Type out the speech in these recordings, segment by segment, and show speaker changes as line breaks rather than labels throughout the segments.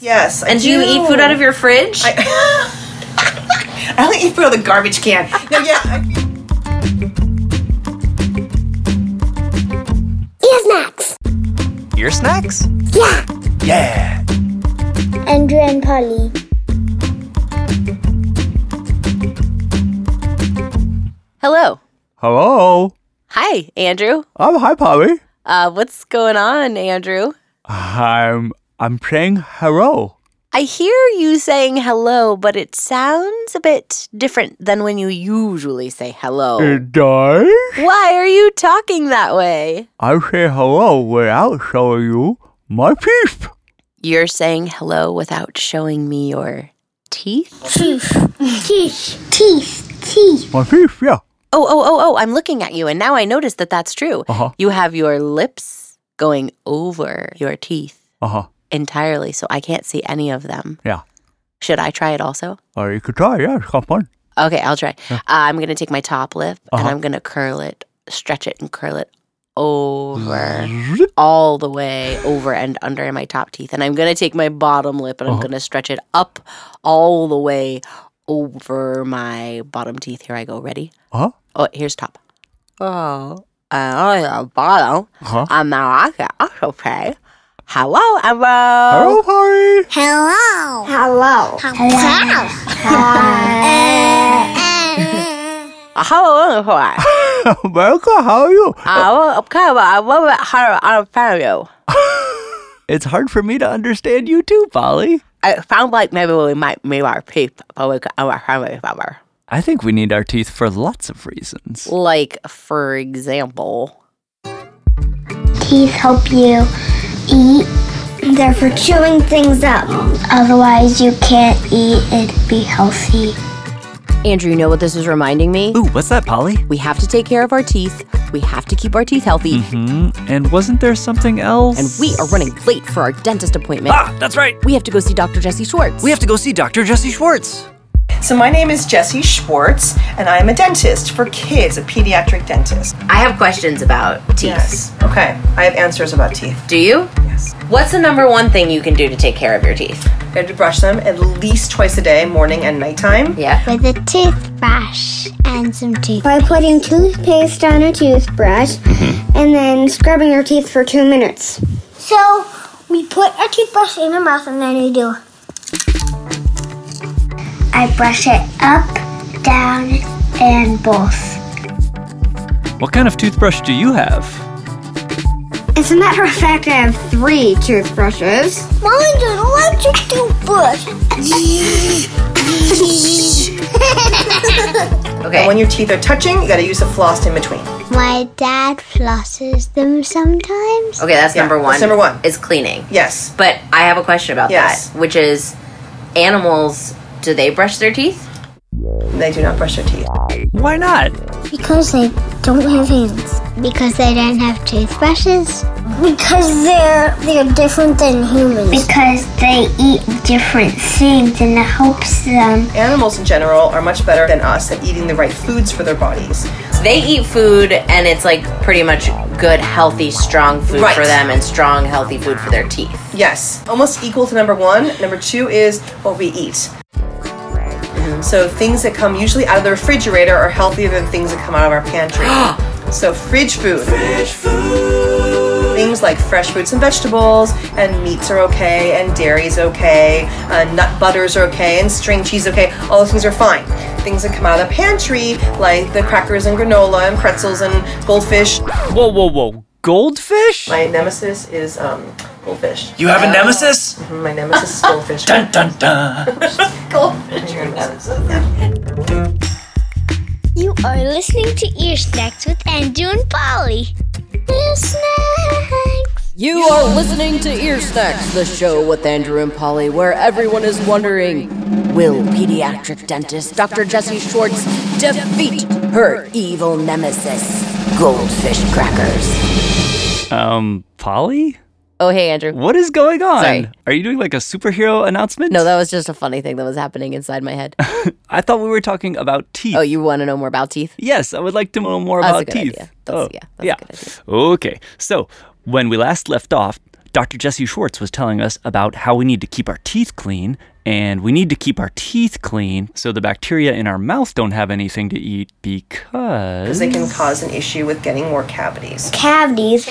Yes. I
And do you eat food out of your fridge?
I, I only eat food out of the garbage can. No, yeah. I feel-
Ear snacks.
Ear snacks?
Yeah.
Yeah.
Andrew and Polly.
Hello.
Hello.
Hi, Andrew.
Oh, hi, Polly.
Uh, what's going on, Andrew?
I'm I'm playing hello.
I hear you saying hello, but it sounds a bit different than when you usually say hello.
It does.
Why are you talking that way?
I say hello without showing you my teeth.
You're saying hello without showing me your teeth?
Teeth. Teeth. Teeth. Teeth.
My teeth, yeah.
Oh, oh, oh, oh, I'm looking at you, and now I notice that that's true.
Uh-huh.
You have your lips going over your teeth
Uh huh.
entirely, so I can't see any of them.
Yeah.
Should I try it also?
Uh, you could try. Yeah, it's kind of fun.
Okay, I'll try. Uh, I'm going to take my top lip and
Uh-huh.
I'm going to curl it, stretch it, and curl it over all the way over and under my top teeth. And I'm going to take my bottom lip
Uh-huh.
and I'm going to stretch it up all the way over my bottom teeth. Here I go. Ready?
Uh huh.
Oh, here's top. Oh, and on the bottom.
Uh-huh.
And now I can also say, hello, Emma.
Hello, Polly.
Hello. Hello. Hello.
Hello, Emma.
America, how are you?
I'm okay, but I'm a little bit hard on you.
It's hard for me to understand you too, Polly.
It sounds like maybe we might move our teeth, but we could our family member.
I think we need our teeth for lots of reasons.
Like, for example,
Teeth help you eat. They're for chewing things up. Otherwise, you can't eat and be healthy.
Andrew, you know what this is reminding me?
Ooh, what's that, Polly?
We have to take care of our teeth. We have to keep our teeth healthy.
Hmm. And wasn't there something else?
And we are running late for our dentist appointment.
Ah, that's right.
We have to go see Dr. Jesse Schwartz.
We have to go see Dr. Jesse Schwartz.
So my name is Jessie Schwartz, and I am a dentist for kids, a pediatric dentist.
I have questions about teeth.
Okay. I have answers about teeth.
Do you?
Yes.
What's the number one thing you can do to take care of your teeth?
You have to brush them at least twice a day, morning and nighttime.
Yeah.
with a toothbrush and some toothpaste.
By putting toothpaste on a toothbrush and then scrubbing your teeth for two minutes. So we put a toothbrush in our mouth and then we do. I brush it up, down, and both.
What kind of toothbrush do you have?
As a matter of fact, I have three toothbrushes. Mine's an electric toothbrush.
And
Okay.
when your teeth are touching, you got to use a floss in between.
My dad flosses them sometimes.
Okay, that's
Yeah,
number one.
that's number one.
Is cleaning.
Yes.
But I have a question about
Yes.
that, which is animals, do they brush their teeth?
They do not brush their teeth.
Why not?
because they don't have hands.
Because they don't have toothbrushes.
Because they're they're different than humans.
because they eat different things and it helps them.
Animals in general are much better than us at eating the right foods for their bodies.
They eat food and it's like pretty much good, healthy, strong food
Right.
for them and strong, healthy food for their teeth.
Yes, almost equal to number one. Number two is what we eat. So things that come usually out of the refrigerator are healthier than things that come out of our pantry. so fridge food. Things like fresh fruits and vegetables, and meats are okay, and dairy's okay, uh, nut butters are okay, and string cheese okay. All those things are fine. Things that come out of the pantry, like the crackers and granola and pretzels and goldfish.
Whoa, whoa, whoa. Goldfish?
My nemesis is um, goldfish. Mm-hmm,
You have a nemesis?
My nemesis is goldfish.
Dun dun dun.
You are listening to Ear Snacks with Andrew and Polly. Ear Snacks.
You are listening to Ear Snacks, the show with Andrew and Polly, where everyone is wondering Will pediatric dentist Dr. Jesse Schwartz defeat her evil nemesis, Goldfish Crackers?
Um, Polly?
Oh, hey, Andrew.
What is going on?
Sorry.
Are you doing like a superhero announcement?
No, that was just a funny thing that was happening inside my head.
I thought we were talking about teeth.
Oh, you want to know more about teeth?
Yes, I would like to know more
That's a
about
Oh,
good
teeth.
idea. That's- yeah, that's a good
Okay. So, when we last left off,
Dr. Jesse Schwartz was telling us about how we need to keep our teeth clean, and we need to keep our teeth clean so the bacteria in our mouth don't have anything to eat because.
because they can cause an issue with getting more cavities.
Cavities,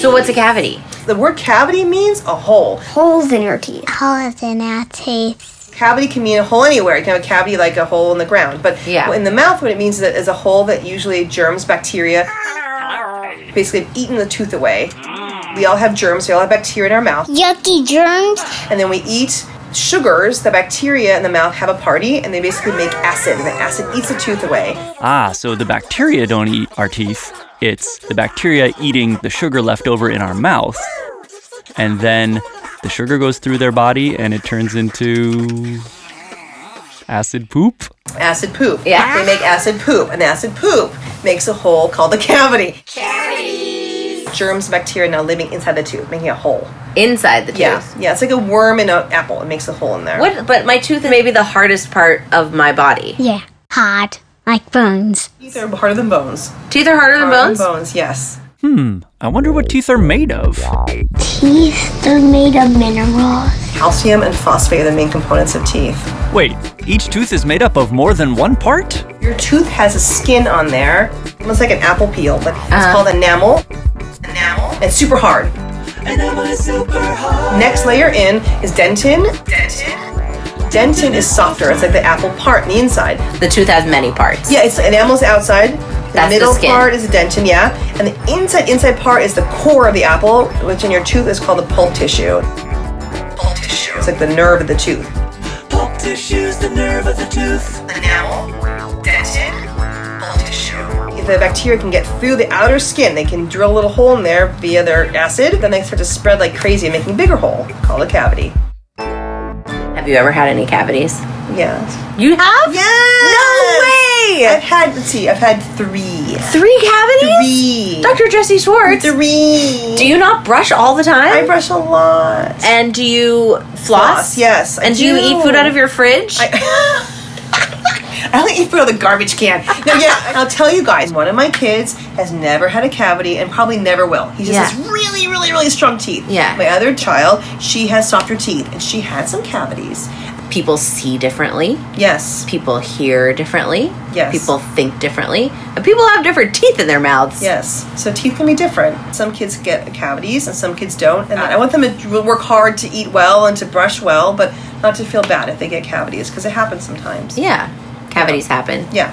So what's a cavity?
The word cavity means a hole.
holes in your teeth.
Holes in our teeth.
Cavity can mean a hole anywhere. You can have a cavity like a hole in the ground. But
Yeah.
in the mouth, what it means is, that is a hole that usually germs, bacteria, basically have eaten the tooth away. We all have germs, we all have bacteria in our mouth.
Yucky germs.
And then we eat sugars, the bacteria in the mouth have a party, and they basically make acid. And the acid eats the tooth away.
Ah, so the bacteria don't eat our teeth. It's the bacteria eating the sugar left over in our mouth. And then the sugar goes through their body and it turns into acid poop.
acid poop.
Yeah.
They make acid poop, and acid poop makes a hole called the cavity. Cavities. Germs, bacteria now living inside the tooth, making a hole.
Inside the tooth.
Yeah, yeah. It's like a worm in an apple. It makes a hole in there.
What? But my tooth is maybe the hardest part of my body.
Yeah. Hard. Like bones.
Teeth are harder than bones.
Teeth are harder than
Harder
bones.
than bones. Yes.
Hmm, I wonder what teeth are made of.
Teeth are made of minerals.
Calcium and phosphate are the main components of teeth.
Wait, each tooth is made up of more than one part?
Your tooth has a skin on there, almost like an apple peel, but it's called enamel. Uh-huh. Enamel. It's super hard. Enamel is super hard. Next layer in is dentin. Dentin. Dentin is softer. It's like the apple part on the inside.
The tooth has many parts.
Yeah, it's enamel's outside. The
That's the
middle
skin.
part is dentin, yeah. And the inside inside part is the core of the apple, which in your tooth is called the pulp tissue. Pulp tissue. It's like the nerve of the tooth. Pulp tissue's the nerve of the tooth. Enamel, dentin, pulp tissue. If the bacteria can get through the outer skin, they can drill a little hole in there via their acid, then they start to spread like crazy, making a bigger hole called a cavity.
Have you ever had any cavities?
Yeah.
You have?
Yes!
No way!
I've had let's see, I've had three.
Three cavities?
Three.
Dr. Jesse Schwartz.
Three.
Do you not brush all the time?
I brush a lot.
And do you floss?
Floss, yes, I
and do you
do.
eat food out of your fridge?
I only eat food out of the garbage can. No, yeah, I'll tell you guys. One of my kids has never had a cavity and probably never will. He just
Yeah.
has really, really, really strong teeth.
Yeah.
My other child, she has softer teeth and she had some cavities.
people see differently.
Yes.
People hear differently.
Yes.
People think differently. And people have different teeth in their mouths.
Yes. So teeth can be different. Some kids get cavities and some kids don't. And I want them to work hard to eat well and to brush well, but not to feel bad if they get cavities because it happens sometimes.
Yeah. Cavities happen.
Yeah.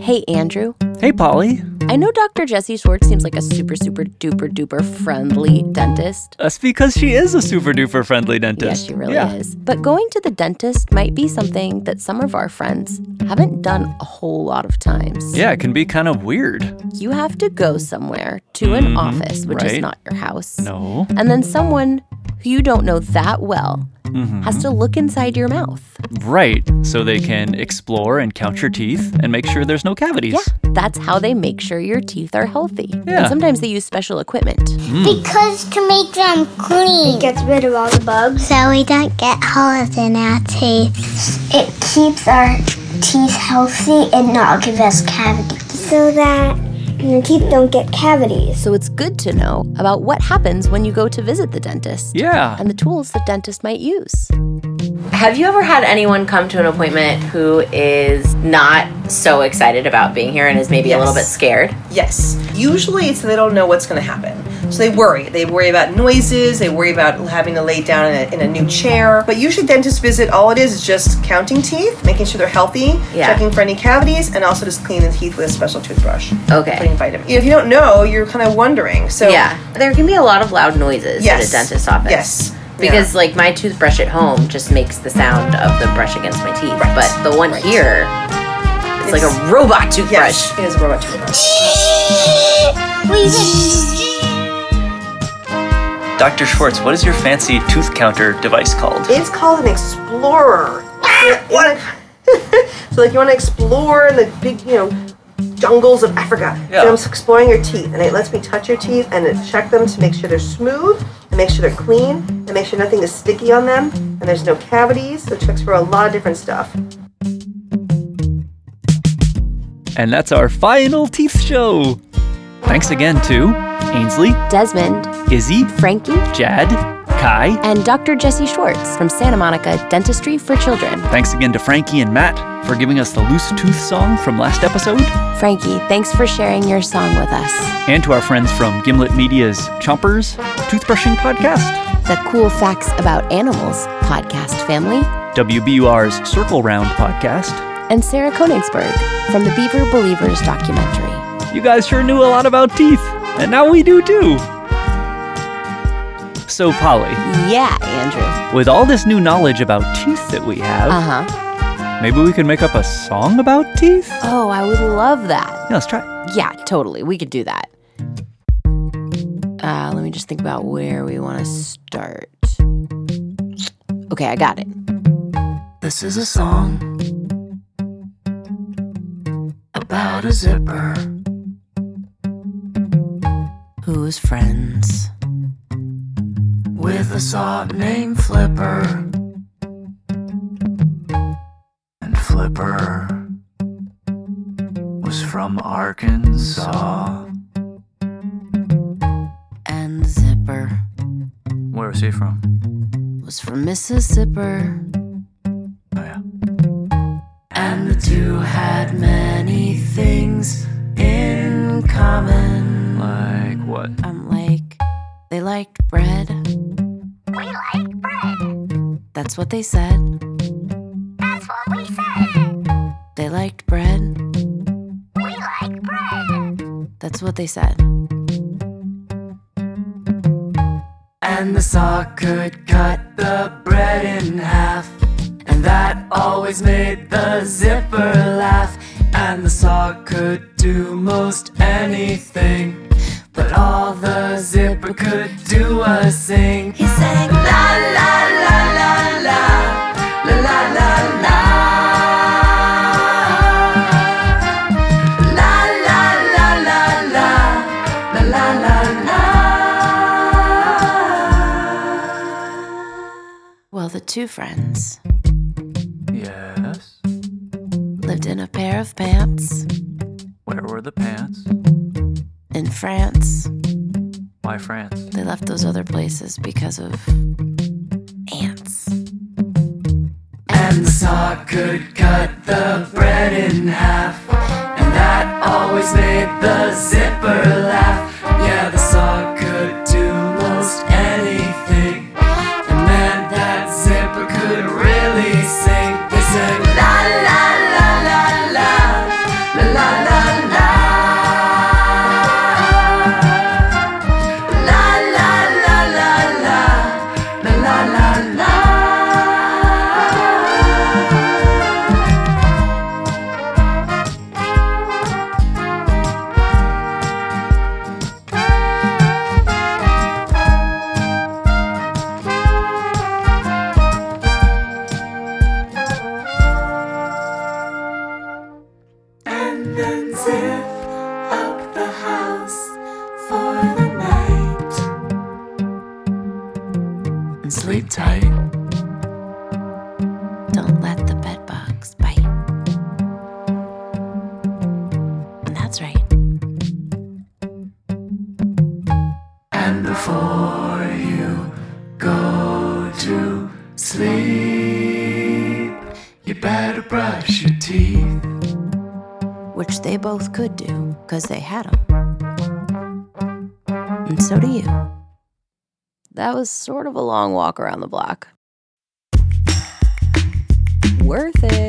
Hey, Andrew.
Hey, Polly.
I know Dr. Jesse Schwartz seems like a super, super duper duper friendly dentist.
That's because she is a super duper friendly
Yeah,
dentist.
she really is. But going to the dentist might be something that some of our friends haven't done a whole lot of times.
Yeah, it can be kind of weird.
You have to go somewhere to an office, which
Mm-hmm. right.
is not your house.
No.
And then someone who you don't know that well
Mm-hmm.
has to look inside your mouth.
Right, so they can explore and count your teeth and make sure there's no cavities.
That's how they make sure your teeth are healthy.
Yeah. Mm-hmm.
And sometimes they use special equipment.
Because to make them clean.
Mm. Gets rid of all the bugs.
So we don't get holes in our teeth.
It keeps our teeth healthy and not give us cavities. So that your teeth don't get cavities.
So it's good to know about what happens when you go to visit the dentist
Yeah.
and the tools the dentist might use.
Have you ever had anyone come to an appointment who is not so excited about being here and is maybe a little bit
Yes.
scared?
Yes. Usually it's they don't know what's going to happen. So they worry. They worry about noises. They worry about having to lay down in a, in a new chair. But usually dentist visit, all it is is just counting teeth, making sure they're healthy,
Yeah.
checking for any cavities, and also just cleaning the teeth with a special toothbrush.
Okay.
Putting vitamin. If you don't know, you're kind of wondering. So
Yeah. There can be a lot of loud noises
Yes.
at a dentist's office.
Yes.
Because
Yeah.
like my toothbrush at home just makes the sound of the brush against my teeth,
Right.
but the one
Right.
here is like
It's-
a robot toothbrush.
Yes, it is a robot toothbrush.
Dr. Schwartz, what is your fancy tooth counter device called?
It's called an explorer. what? so like you want to explore in the big, you know, jungles of Africa.
Yeah.
So I'm exploring your teeth, and it lets me touch your teeth and it check them to make sure they're smooth, and make sure they're clean, and make sure nothing is sticky on them, and there's no cavities. So it checks for a lot of different stuff.
And that's our final teeth show. Thanks again to Ainsley,
Desmond,
Izzy,
Frankie,
Jad, Kai.
and Dr. Jesse Schwartz from Santa Monica Dentistry for Children.
Thanks again to Frankie and Matt for giving us the Loose Tooth song from last episode,
Frankie, thanks for sharing your song with us.
and to our friends from Gimlet Media's Chompers Toothbrushing Podcast,
The Cool Facts About Animals podcast family,
WBUR's Circle Round Podcast.
and Sarah Konigsberg from the Beaver Believers documentary.
You guys sure knew a lot about teeth, and now we do too. So, Polly,
Yeah, Andrew.
with all this new knowledge about teeth that we have,
Uh huh.
maybe we could make up a song about teeth?
Oh, I would love that.
Yeah, let's try.
Yeah, totally. We could do that. Uh, let me just think about where we want to start. Okay, I got it.
This is a song about a zipper who is friends with a sot named Flipper. And Flipper was from Arkansas.
And Zipper
Where was he from?
was from Mississippi.
Oh, yeah. And the two had many things in common. Like what?
I'm like, they liked bread. We liked bread. That's what they said. That's what we said. They liked bread. We liked bread. That's what they said.
And the saw could cut the bread in half. And that always made the zipper laugh. And the saw could do most anything. But all the zipper could do was sing. He sang la la la la la. La la la la. La la la la la. La la la la.
Well, the two friends
Yes.
lived in a pair of pants
Where were the pants?
in France.
Why France?
They left those other places because of ants.
And the saw could cut the bread in half. And that always made the zipper laugh. Yeah, the saw could do most anything. And then that zipper could really sing. They sang la la la la la. La la la la. La la la la la. La la la la. and then zip up the house for the night and sleep tight.
Don't let the bed bugs bite. And that's right.
And before you go to sleep, you better brush your teeth.
Which they both could do because they had them. And so do you.
That was sort of a long walk around the block. Worth it.